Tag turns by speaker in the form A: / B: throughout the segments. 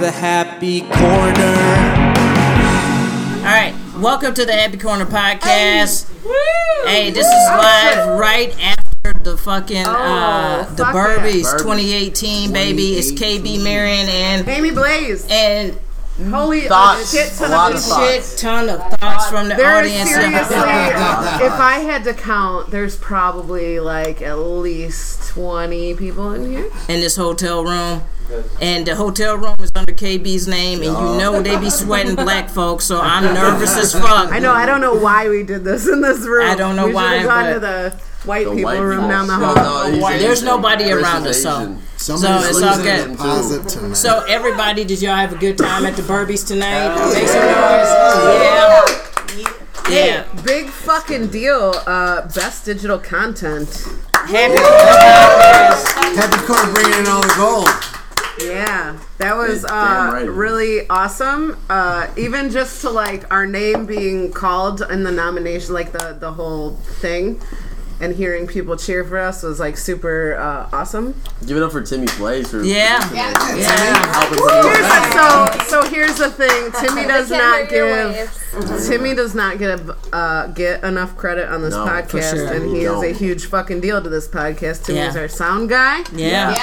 A: the happy corner.
B: All right, welcome to the Happy Corner podcast. Hey, this is live right after the fucking uh, the
C: Oh, fuck that.
B: Burbies 2018 baby. It's KB Marion and
C: Amy Blaze.
B: and
C: Holy uh,
D: Thoughts.
C: shit ton
D: A lot
C: of
D: of
C: people.
D: thoughts.
B: shit ton of thoughts from the
C: There is
B: audience.
C: seriously, if I had to count, there's probably like at least 20 people in here.
B: in this hotel room. And the hotel room is under KB's name, and you know they be sweating black folks, so I'm nervous as fuck.
C: I know, I don't know why we did this in this room.
B: I don't know
C: we should've
B: why,
C: gone
B: but-
C: to the white people
D: white
C: room
D: people.
C: down the
D: No,
C: hall.
D: no, he's
B: There's
D: Asian.
B: nobody
D: Chris
B: around
D: is
B: us, so-
D: Asian.
B: So it's all good.
E: Positive to me.
B: So everybody, did y'all have a good time at the Burbies tonight?
C: Oh,
B: Make some noise. Yeah. Yeah.
C: Big fucking deal. Uh, best digital content.
E: Happy Corner bringing in all the gold.
C: Yeah, that was uh,
D: Damn right.
C: really awesome. Uh, even just to like our name being called in the nomination, like the the whole thing, and hearing people cheer for us was like super uh, awesome.
D: Give it up for Timmy Blaze for
B: Yeah. Yeah.
D: helping put it
C: Here's
D: on.
C: the- so so here's the thing: Timmy does not
F: can't hear your
C: give Timmy does not get uh, get enough credit on this
D: No, for
C: podcast,
B: sure.
C: and he
D: No.
C: is a huge fucking deal to this podcast. Timmy
B: Yeah.
C: is our sound guy.
B: Yeah.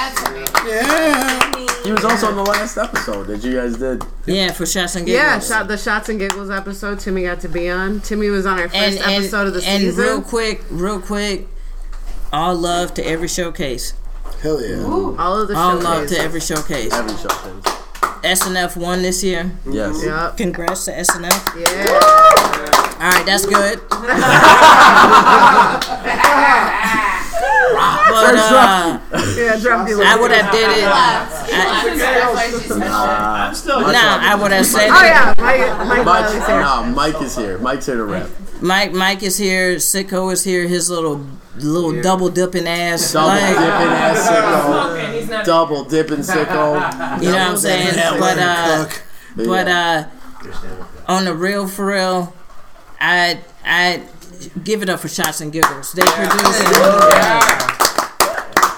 D: He was also on the last episode that you guys did.
B: Yeah, for shots and giggles.
C: Yeah, shot the shots and giggles episode. Timmy got to be on. Timmy was on our first
B: and, and,
C: episode of the
B: and
C: season.
B: real quick, real quick, all love to every showcase.
E: Hell yeah.
C: all of the
B: All
C: showcases.
B: love to every showcase.
D: Every show. things.
B: SNF won this year.
D: Yes.
C: Yup.
B: Congrats to SNF.
C: Yeah.
B: All right, that's good. but uh,
C: Yeah. Drop the
B: I
C: link.
B: would have did it.
D: Uh,
B: Nah, I would have said
C: Oh
B: it.
C: yeah, Mike. Mike
D: Mike,
C: Riley's here.
D: nah, Mike is here. Mike's here to rap.
B: Mike Mike is here. Sicko is here. His little little double dipping ass.
D: Double
B: like,
D: dipping ass sicko. Double dipping sicko.
B: You know what I'm saying? But uh,
E: Cook.
B: but uh, on the real for real, I I give it up for shots and giggles. They produce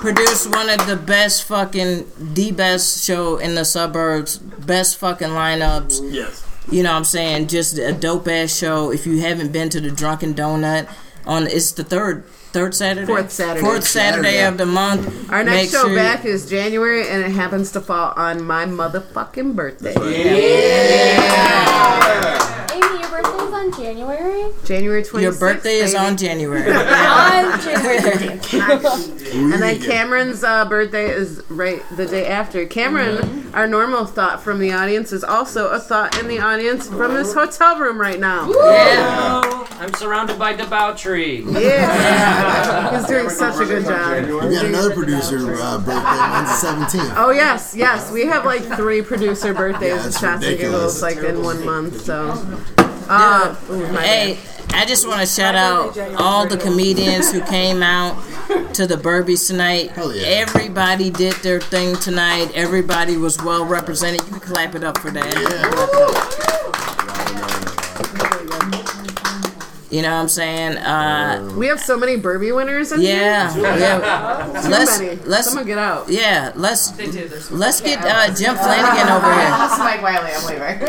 B: produce one of the best fucking the best show in the suburbs. Best fucking lineups.
D: yes.
B: you know what I'm saying, just a dope ass show. If you haven't been to the Drunken Donut on it's the third third Saturday.
C: Fourth Saturday.
B: Fourth Saturday
E: Saturday.
B: of the month.
C: Our next
B: Make
C: show
B: sure-
C: back is January, and it happens to fall on my motherfucking birthday,
F: Amy, your birthday is on January?
C: January 26th.
B: Your birthday is
C: baby.
B: on January.
F: on January.
C: and then Cameron's uh, birthday is right the day after. Cameron,
B: Mm-hmm.
C: our normal thought from the audience is also a thought in the audience from this hotel room right now.
G: Hello, I'm surrounded by debauchery.
C: Yeah. He's doing such a good job.
E: We got another producer uh, birthday. Mine's the 17th.
C: Oh yes, yes. We have like three producer birthdays and
E: it's
C: shots and giggles like
E: ridiculous.
C: in one month, so uh, ooh, my
B: hey, I just want to shout out all the comedians who came out to the Burbies tonight.
E: Hell yeah.
B: Everybody did their thing tonight. Everybody was well represented. You can clap it up for that. You know what I'm saying? Uh,
C: bad. we have so many Burby winners in
B: yeah, yeah.
C: here. Too
B: Let's
C: many.
B: let's
C: Someone get out.
B: Yeah, let's let's get uh, Jim Flanagan over here.
H: That's Mike Wiley,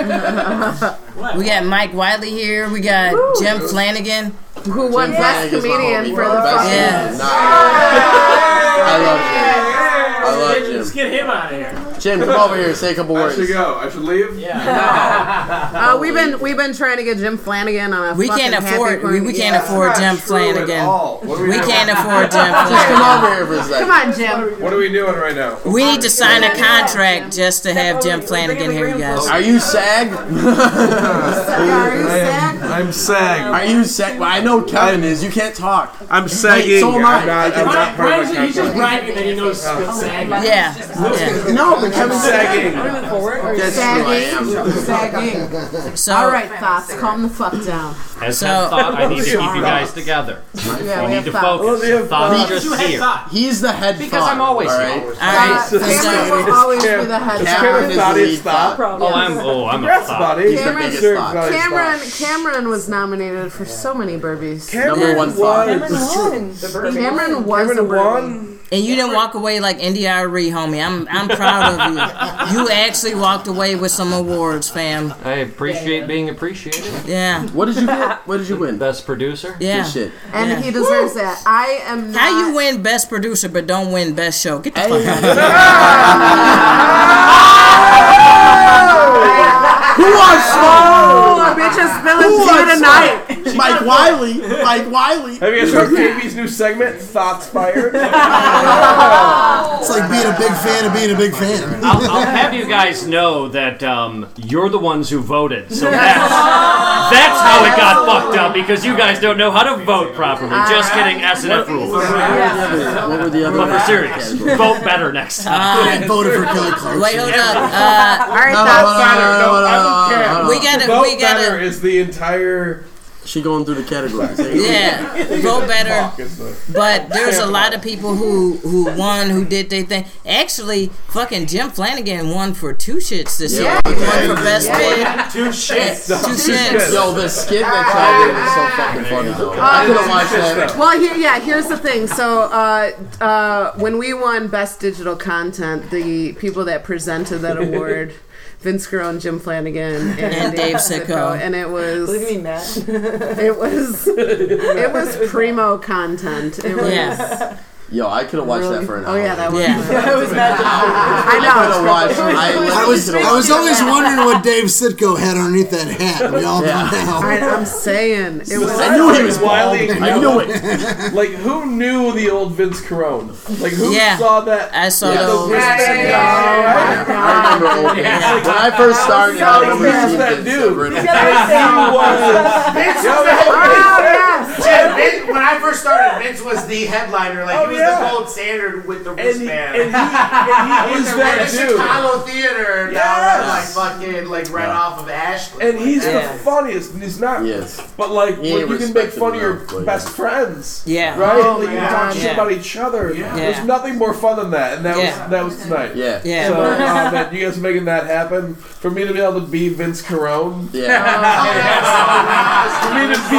H: I'm leaving.
B: We got Mike Wiley here. We got Jim Flanagan.
C: Who won best
D: Thank you, my
C: comedian
D: homie.
C: for the
D: Best
C: fucking
B: Yeah.
D: comedian. Nah. I love Jim. I love
G: Let's
D: Jim.
G: get him out of here.
D: Jim, come over here. Say a couple
I: I should
D: words.
I: go. I should leave. Yeah.
C: Uh, we've been we've been trying to get Jim Flanagan on a
B: We
C: fucking
B: can't
C: happy
B: afford we,
C: corner-
B: we can't
C: Yeah.
B: afford Jim Flanagan. We can't afford Jim
D: Just
B: Flanagan.
D: come over here for a second.
C: Come on, Jim.
I: What are we doing right now?
B: We need to sign a contract just to have Jim Flanagan here, you guys.
D: Are you SAG?
I: I'm sag.
D: Are you SAG? Well, I know Kevin is. You can't talk.
I: I'm sagging.
D: so am I.
I: I'm not, I'm not
G: Why is
I: perfect.
G: it he's just bragging that he knows
B: Yeah, yeah.
D: No, but Kevin's
I: sagging.
D: That's who I am.
C: All
B: So
C: right, thoughts, calm the fuck down.
G: As
B: So-
G: Seth thought, I need to keep you guys together.
C: Yeah,
G: I
C: we
G: need
C: have
G: to
C: thoughts.
G: focus.
I: have
G: Thought
I: thought.
G: just here.
D: He's the head
G: Because
D: thought,
G: I'm always
D: all right?
B: all right,
C: Uh, Cameron
B: so,
C: will always be the head.
D: Cameron is
I: thought
D: the
I: is
D: lead
I: thought.
D: thought.
G: Oh, I'm oh, I'm a thought.
I: Buddy.
D: He's the
C: Cameron's
D: biggest
I: Sure,
D: thought.
I: buddy.
C: Cameron Cameron was nominated for so many Burbies.
D: Number one thought.
I: was-
C: Cameron was
I: Cameron
C: a Burby.
I: won.
B: and you didn't walk away like India Ari E, homie. I'm I'm proud of you. You actually walked away with some awards, fam.
G: I appreciate being appreciated.
B: Yeah,
D: What did you get? What did you win?
G: Best producer.
B: yeah.
D: Good shit.
C: And
B: Yeah.
C: he deserves that. I am not.
B: How you win best producer but don't win best show? Get the fuck out.
D: Who wants
C: Oh, a bitch is spilling tea tonight.
D: tonight? Mike Wiley. Mike Wiley.
I: Have you guys heard KB's new segment, Thoughts Fired?
E: It's like being a big fan of being a big fan.
G: I'll, I'll have you guys know that um, you're the ones who voted, so that's that's how it got fucked up because you guys don't know how to vote properly. Just kidding, SNF rules.
D: What were the other?
G: But we're serious. Vote better next time.
E: I voted for Kelly Clarkson.
B: Wait, hold up. Uh,
C: All right,
D: No,
C: that's
D: no,
C: fine.
D: no, no, no, no, no, no.
B: we gotta,
I: Uh, Vote
B: we
I: Better
B: gotta,
I: is the entire.
D: She going through the categories.
B: yeah, vote better. But there's a lot of people who who won, who did their thing. Actually, fucking Jim Flanagan won for two shits this year.
D: Yeah,
B: He won for best bid.
I: Two shits.
B: Two shits.
D: Yo, the skit that y'all did was so fucking funny. Though. I could have watched that.
C: Well, here, yeah, here's the thing. So, uh, uh, when we won Best Digital Content, the people that presented that award, Vince Garone, Jim Flanagan, and,
B: Dave Sicko.
C: and it was
H: Look at me, Matt.
C: it was it was primo content. It was
B: Yeah,
D: Yo, I could have watched that for an hour.
C: oh yeah, that was
B: yeah.
H: That was Matt.
C: I
D: I could have
C: know.
D: watched. I,
E: I was, I was always wondering what Dave Sitko had underneath that hat. We all
D: Yeah.
E: know
C: I,
E: now.
C: I'm saying it was.
D: I knew he was wild.
I: Wiley.
D: I knew it.
I: Like, who knew the old Vince Carone? Like, who
B: Yeah.
I: saw that?
B: I saw
D: Yeah.
B: those.
D: I remember old Vince. When I first started, I
I: How
D: remember
I: fast
D: seeing
I: that
D: Vince
I: dude?
D: Riddle.
J: Vin- when I first started, Vince was the headliner. Like
I: Oh,
J: he was
I: yeah.
J: the gold standard with the
I: And he, and he, and
J: wristband.
I: he is
J: With the red
I: that
J: the
I: dude.
J: Chicago theater down
I: Yes.
J: like fucking like right off of Ashley.
I: And he's
B: Yeah.
I: the funniest. and He's not.
D: Yes.
I: But like,
D: He
I: when
D: ain't
I: you can make
D: respected
I: fun of your
D: enough, but
I: best
D: yeah.
I: friends,
B: Yeah.
I: right? like, you
J: my
I: can talk shit
B: Yeah.
I: about each other.
B: Yeah.
I: There's nothing more fun than that, and that
B: Yeah.
I: was that was tonight.
D: Yeah.
B: Yeah.
I: So, uh, man, you guys making that happen for me to be able to be Vince Carone,
D: Yeah.
I: for me to be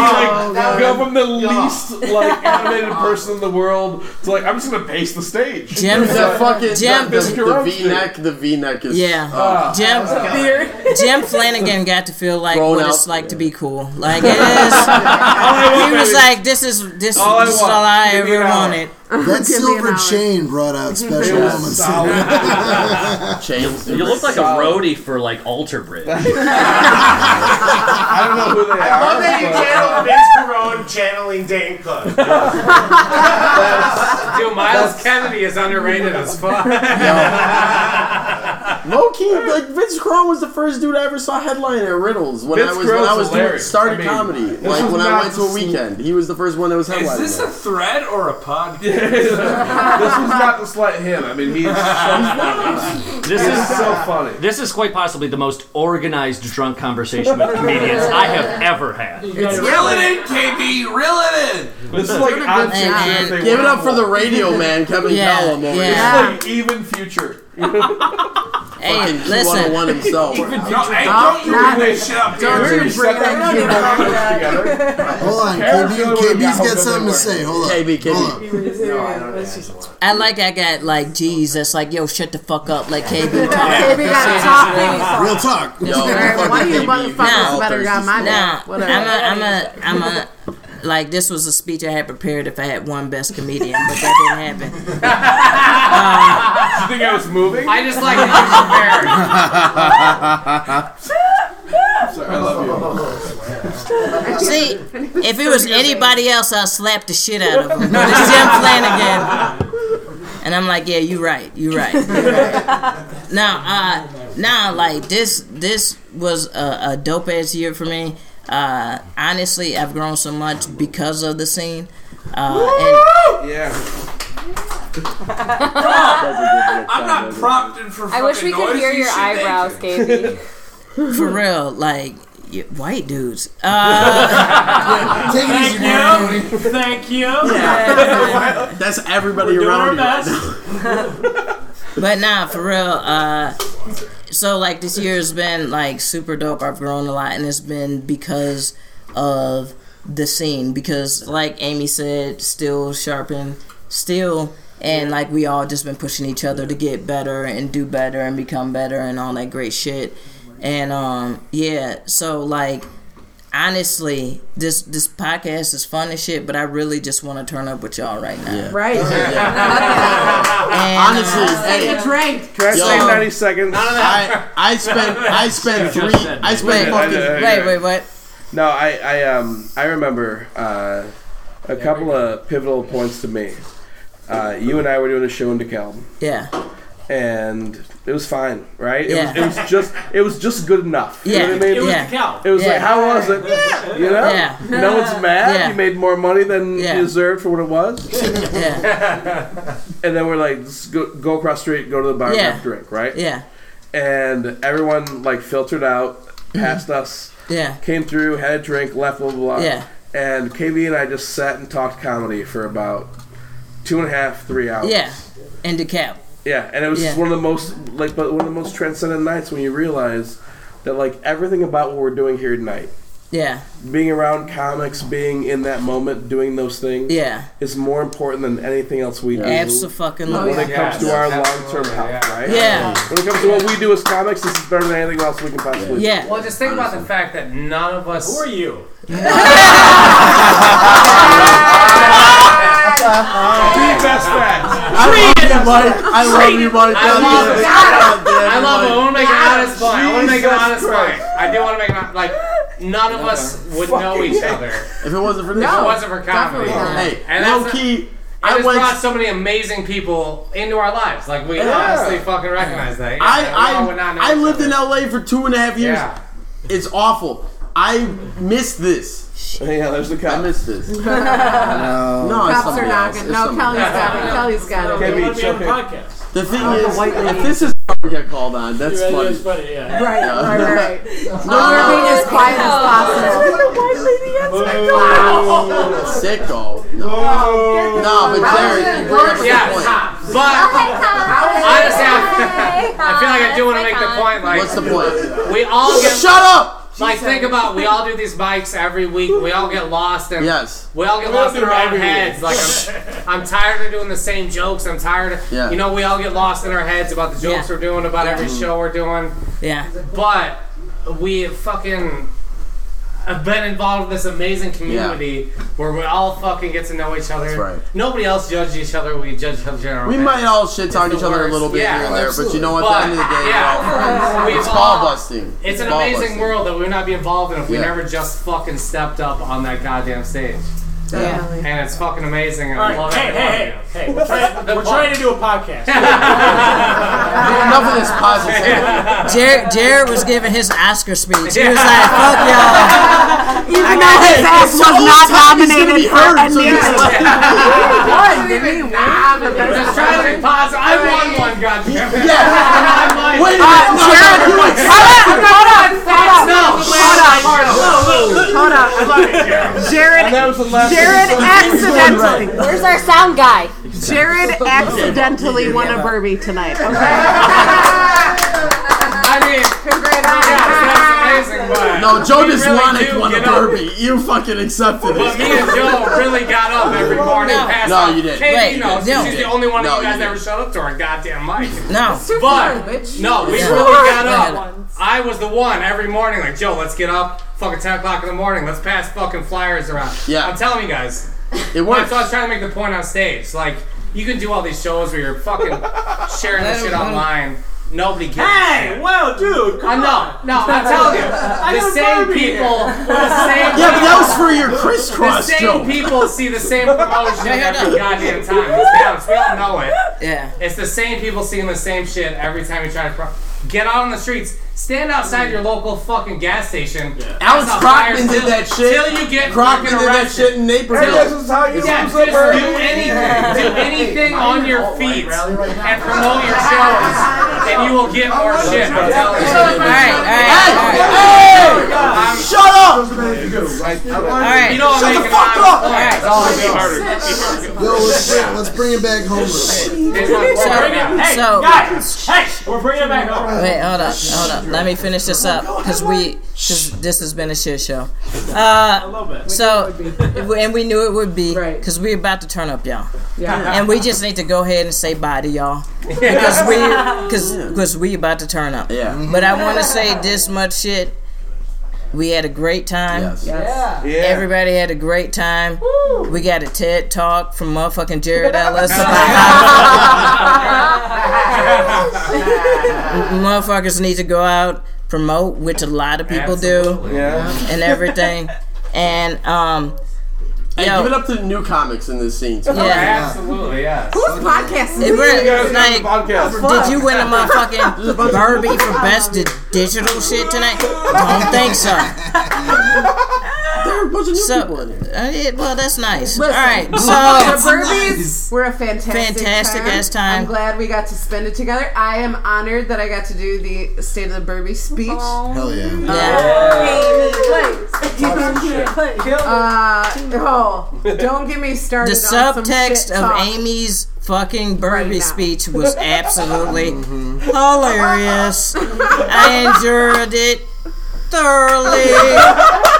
J: Oh,
I: like go from the least like animated person in the world to like I'm just gonna pace the stage.
B: Jim,
D: That fucking
B: Jim-
D: the, the, the V neck. The V neck is.
B: Yeah.
D: Oh,
I: uh,
B: Jim, Jim Flanagan got to feel like
D: Grown
B: what
D: up.
B: it's like to be cool. Like it is.
I: I
B: He
I: want,
B: was
I: baby.
B: like, "This is this,
I: All I
B: this is
I: want.
B: all I
I: Give me
B: ever
I: an hour.
B: wanted."
E: That silver
C: hour.
E: chain brought out
I: It
E: special
I: was
E: moments.
I: solid.
D: chains.
G: You look like a roadie for like Alter Bridge.
I: I don't know who they are.
J: I love that you
I: but-
J: channeled Vince Carone channeling Dan Cook.
G: Dude, Miles Kennedy is underrated as fuck.
D: Low key, like Vince Carone was the first dude I ever saw headline at Riddles when
I: Vince
D: I was when I
I: Carroll's
D: was doing,
I: hilarious.
D: started
I: I mean,
D: comedy.
I: this
D: Like
I: was
D: when I
I: not
D: went to a
I: the same-
D: weekend, he was the first one that was headlining. it.
J: thread or a pod?
I: this was not to slight him. I mean, he's so funny.
G: This
I: He's
G: is
I: so funny.
G: this is quite possibly the most organized drunk conversation with comedians I have ever had.
J: Reel it in, KB. Reel it in.
I: This is like odd future if they
D: Give it
I: were
D: up for the
I: involved.
D: radio man, Kevin
B: Yeah,
D: Callum over
B: yeah.
D: here.
I: It's like even future.
B: Hey,
D: Fucking
B: listen,
D: Q101 himself.
J: don't you bring this shit up,
I: Don't you bring
C: that
I: together.
E: Hold on,
I: Harris
E: KB,
I: Miller would've
E: KB's
I: got
E: got
I: home
E: something
I: everywhere.
E: to say. Hold on.
D: KB, KB.
E: Hold on.
B: I like I got like G's that's like, "Yo, shut the fuck up," like KB talk.
C: Baby got talk.
E: Real talk.
D: Yo,
C: Alright, One of you
D: fucking KB,
C: motherfuckers
D: all
C: better
D: thirsty
C: got my
B: Nah,
D: stuff.
C: back.
B: I'm a,
C: Whatever.
B: I'm a, I'm a. Like this was a speech I had prepared if I had one best comedian, but that didn't happen.
I: You think I was moving?
G: I just like that
I: Sorry, I love you.
B: See, if it was anybody else, I'd slap the shit out of him. But it's Jim Flanagan. And I'm like, yeah, you right, you right. You right. now, uh, now, like this, this was a, a dope ass year for me. Uh, honestly, I've grown so much because of the scene. Uh, and
I: Yeah.
J: I'm not prompted for
F: I wish we could hear your eyebrows, Gaby.
B: for real, like you- white dudes. Uh,
E: Take it easy, Mark Tony.
G: you. Thank you.
D: That's everybody around you.
B: But nah, for real. Uh, so like this year has been like super dope. I've grown a lot, and it's been because of the scene. Because like Amy said, still sharpen, still and like we all just been pushing each other to get better and do better and become better and all that great shit and um yeah so like honestly this this podcast is fun and shit but i really just want to turn up with y'all right now
F: Right.
B: and,
D: Honestly,
B: uh,
D: hey,
F: Take a drink.
I: Can I say
D: Yo.
I: 90 seconds?
D: I I spent I spent
G: You
D: three
G: just said
D: I
G: that.
I: Wait,
D: spent fucking
I: I- I-
B: wait wait what
I: No, I, I um I remember uh, a couple of pivotal points to me. Uh, you and I were doing a show in DeKalb,
B: yeah
I: and it was fine, right? It,
B: Yeah.
I: was, it was just it was just good enough. You know what I
B: Yeah.
I: mean?
G: It was
B: Yeah.
G: the cow.
I: It was
B: Yeah.
I: like, how was it? You know?
B: Yeah.
I: No one's mad.
B: Yeah.
I: You made more money than
B: Yeah.
I: you deserved for what it was.
B: yeah
I: And then we're like, let's go, go across the street, go to the bar, and
B: Yeah.
I: have a drink, right?
B: yeah
I: And everyone like filtered out, passed us,
B: yeah
I: came through, had a drink, left, blah, blah, blah.
B: Mm-hmm. Yeah.
I: And KB and I just sat and talked comedy for about two and a half, three hours.
B: yeah and DeKalb.
I: Yeah, and it was just
B: Yeah.
I: one of the most like, but one of the most transcendent nights when you realize that like everything about what we're doing here tonight,
B: yeah
I: being around comics, being in that moment, doing those things,
B: yeah
I: is more important than anything else we do.
B: absolutely
H: Oh,
I: When it comes to our long-term health, right?
B: yeah
I: When it comes to what we do as comics, this is better than anything else we can possibly do.
B: yeah
H: Well, just think about the fact that none of us.
G: Who are you?
I: The best fact.
D: I love you, buddy. I love you, buddy. I
H: love
D: I
H: I love it. I want to make an honest point. I want to make an
I: Jesus
H: honest
I: Christ.
H: point. I do want to make an hon- like. None of us would know each other if
D: If it wasn't for this,
H: it
D: show,
H: wasn't for comedy.
F: definitely not.
D: Hey,
H: And that's
D: low
H: a-
D: key,
H: It
D: I
H: has
D: went.
H: brought so many amazing people into our lives. Like we honestly fucking recognize that. Yeah, we all
D: I
H: would not know
D: I I
H: each
D: lived in
H: other.
D: LA for two and a half years.
H: Yeah.
D: It's awful. I miss this.
I: Yeah, there's the
D: I
I: cop.
D: miss this. no, it's
F: Cops are
D: something else.
F: knocking.
D: It's
F: No,
D: something
F: Kelly's
D: else.
F: got it. Kelly's got
I: Okay,
F: it.
I: be
G: Let me on the
I: joking.
G: podcast.
D: The thing is,
F: Oh, white lady.
D: if this is how we get called on, that's
G: Yeah,
D: funny.
G: that's funny, yeah.
F: Right, right, right.
D: No,
F: We're being as quiet as possible.
H: Oh.
D: sick though. No, no, but Jared, you bring up a
H: Yeah,
D: good point.
H: but honestly, I, I feel like I do want to make the point. Like
D: What's the point? Oh,
H: we all get
D: Shut up!
H: like think about we all do these bikes every week. We all get lost and
D: Yes.
H: we all get lost in our own heads. Like I'm, I'm tired of doing the same jokes. I'm tired of
D: Yeah. Mm-hmm.
H: you know we all get lost in our heads about the jokes
B: Yeah.
H: we're doing about every show we're doing.
B: yeah
H: But we have fucking have been involved in this amazing community where we all fucking get to know each other.
D: right.
H: Nobody else judges each other. We judge each other. in our
D: We
H: heads.
D: might all shit talk
H: It's
D: each
H: the
D: other a little
H: worst.
D: bit
H: Yeah.
D: here and there, but you know what?
H: But,
D: At the end of the day,
H: yeah.
D: we're all friends.
H: We've
D: It's ball
H: all-
D: busting.
H: It's an
D: ball
H: amazing
D: busting.
H: world that we would not be involved in if we
D: Yeah.
H: never just fucking stepped up on that goddamn stage.
F: Definitely.
H: And it's fucking amazing. And I
G: Alright,
H: love
G: hey,
H: every one
G: hey,
H: of
G: hey, hey, we're trying, we're trying to do a podcast.
D: Enough of this positive.
B: Jared, Jared was giving his Oscar speech. He was like, "Fuck y'all."
C: Even though his ass was not nominated for a
D: so
C: Neo.
D: just let-
C: One, didn't he win?
H: you. Just trying to be positive. I won one, goddamn it.
D: Yeah.
H: I'm
D: Wait
H: like,
D: a minute. No, no, no, wait.
H: no, shut up.
C: Hold up. Jared,
I: That was the last.
C: Jared accidentally,
F: Where's our sound guy?
C: Jared accidentally won a Burby tonight.
H: I mean, yeah, that's amazing, but.
D: No, Joe
H: we really
D: Deswanick
H: do
D: won a
H: get up.
D: Derby. You fucking accepted
H: But me
D: it.
H: and Joe really got up every morning.
B: No.
H: passed
D: No,
H: out.
D: you didn't.
H: Katie
B: Wait,
H: knows.
B: no.
H: She's the only one
D: No,
H: of you
D: you
H: guys
D: didn't.
H: ever shut up to our goddamn mic.
B: No,
H: But no, we
B: Yeah.
H: really got up.
F: Ones.
H: I was the one every morning, like Joe, let's get up, fucking ten o'clock in the morning, let's pass fucking flyers around.
D: Yeah.
H: I'm telling you guys.
D: It
H: That's
D: worked.
H: what I was trying to make the point on stage. Like, you can do all these shows where you're fucking sharing this shit online. Nobody gives. a shit.
G: Hey, well, dude,
H: I
G: come
H: know. No, I'm telling you, the same people, the same.
D: Yeah, but that was for your crisscross
H: the same
D: joke.
H: people see the same promotion
B: Yeah, yeah,
H: every
B: no.
H: goddamn time. Let's be honest, we all know it.
B: yeah,
H: It's the same people seeing the same shit every time you try to pro- get out on the streets. Stand outside your local fucking gas station.
D: Alex
H: Pass
D: Crockman
H: out flyers
D: did
H: till-
D: that shit.
H: Till you get
D: Crockett
H: fucking
D: did that
H: arrested.
D: shit in
I: This
D: Naperville.
I: is how you
H: Yeah,
I: lose
H: just
I: a
H: do
I: bird.
H: anything, do anything on your feet and promote your shows, and you will get more shit. I'm telling you.
B: all right, all right, all right.
H: Oh
D: Hey! Hey! Shut up!
B: All right.
H: You know I'm
D: Shut the
H: making
D: fuck
H: honest
D: up!
H: points.
B: Alright.
H: It's all about-
E: Yo, let's, bring- let's bring it back home. real quick.
H: Here's one. We're
B: So-
H: bringing it- hey,
B: so-
H: guys, hey, we're bringing it back over.
B: Wait, hold up, hold up. Let me finish this up because we, because this has been a shit show. Uh,
H: A little bit.
B: so, and we knew it would be because we're about to turn up, y'all.
C: Yeah.
B: And we just need to go ahead and say bye to y'all because we, because because we about to turn up.
D: Yeah.
B: But I want to say this much shit. We had a great time.
D: Yes.
I: Yeah.
B: Everybody had a great time. We got a TED talk from motherfucking Jared Ellis about how motherfuckers need to go out promote, which a lot of people do,
I: Yeah.
B: and everything. And um,
D: Hey,
B: yo,
D: give it up to the new comics in this scene. Too.
B: yeah,
H: Absolutely, yes.
C: Whose podcast
B: it
C: is
I: You guys
B: really,
I: got the
B: like.
I: podcast.
B: Did you win a motherfucking Barbie for best di- digital shit tonight? Don't think so. Uh,
D: There are a bunch of new
B: So,
D: people in here.
B: uh, yeah, well, that's nice. All
C: Listen,
B: right,
C: The
B: so
C: Burbies were a fantastic,
B: Fantastic
C: time.
B: ass time.
C: I'm glad we got to spend it together. I am honored that I got to do the State of the Burby speech.
E: Hell yeah.
B: yeah,
C: Uh, oh, don't get me started.
B: the
C: on some shit
B: subtext of
C: talk.
B: Amy's fucking Barbie
C: now.
B: speech was absolutely
D: Mm-hmm.
B: hilarious. I enjoyed it thoroughly.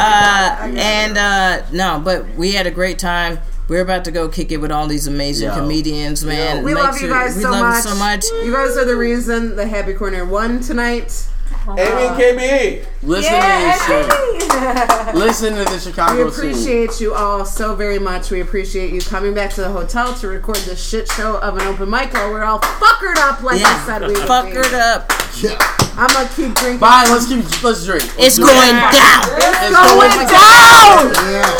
B: Uh, and uh, no, but we had a great time. We're about to go kick it with all these amazing
D: Yo.
B: comedians, man.
C: We
B: Make
C: love you
B: sure-
C: guys
B: we
C: so
B: love
C: much.
B: you so much.
C: You guys are the reason the Happy Corner won tonight.
I: Amy and KB.
D: Listen to this shit. Listen to the
C: We
D: Chicago scene.
C: appreciate you all so very much. We appreciate you coming back to the hotel to record this shit show of an open mic while we're all fuckered up, like I
B: Yeah.
C: said we would be.
B: Fuckered up.
E: Yeah.
C: I'm gonna keep drinking.
D: Bye. Let's keep. Let's drink.
B: It's
D: Let's do it.
B: going down.
D: It's
C: Going down.
E: Yeah.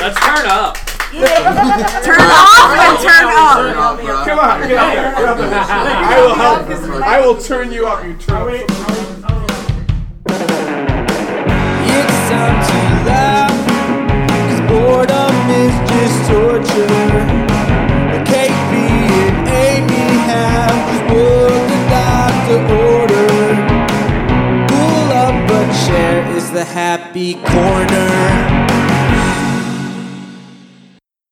G: Let's turn up.
C: Turn off and turn up.
D: Turn off, bro.
I: Come on, get up there. Get up there. I will help. I will turn you up. You turn. up.
A: It's time to laugh, 'cause boredom is just torture. But Katie and Amy have just what the doctor ordered. Pull up a chair is the happy corner.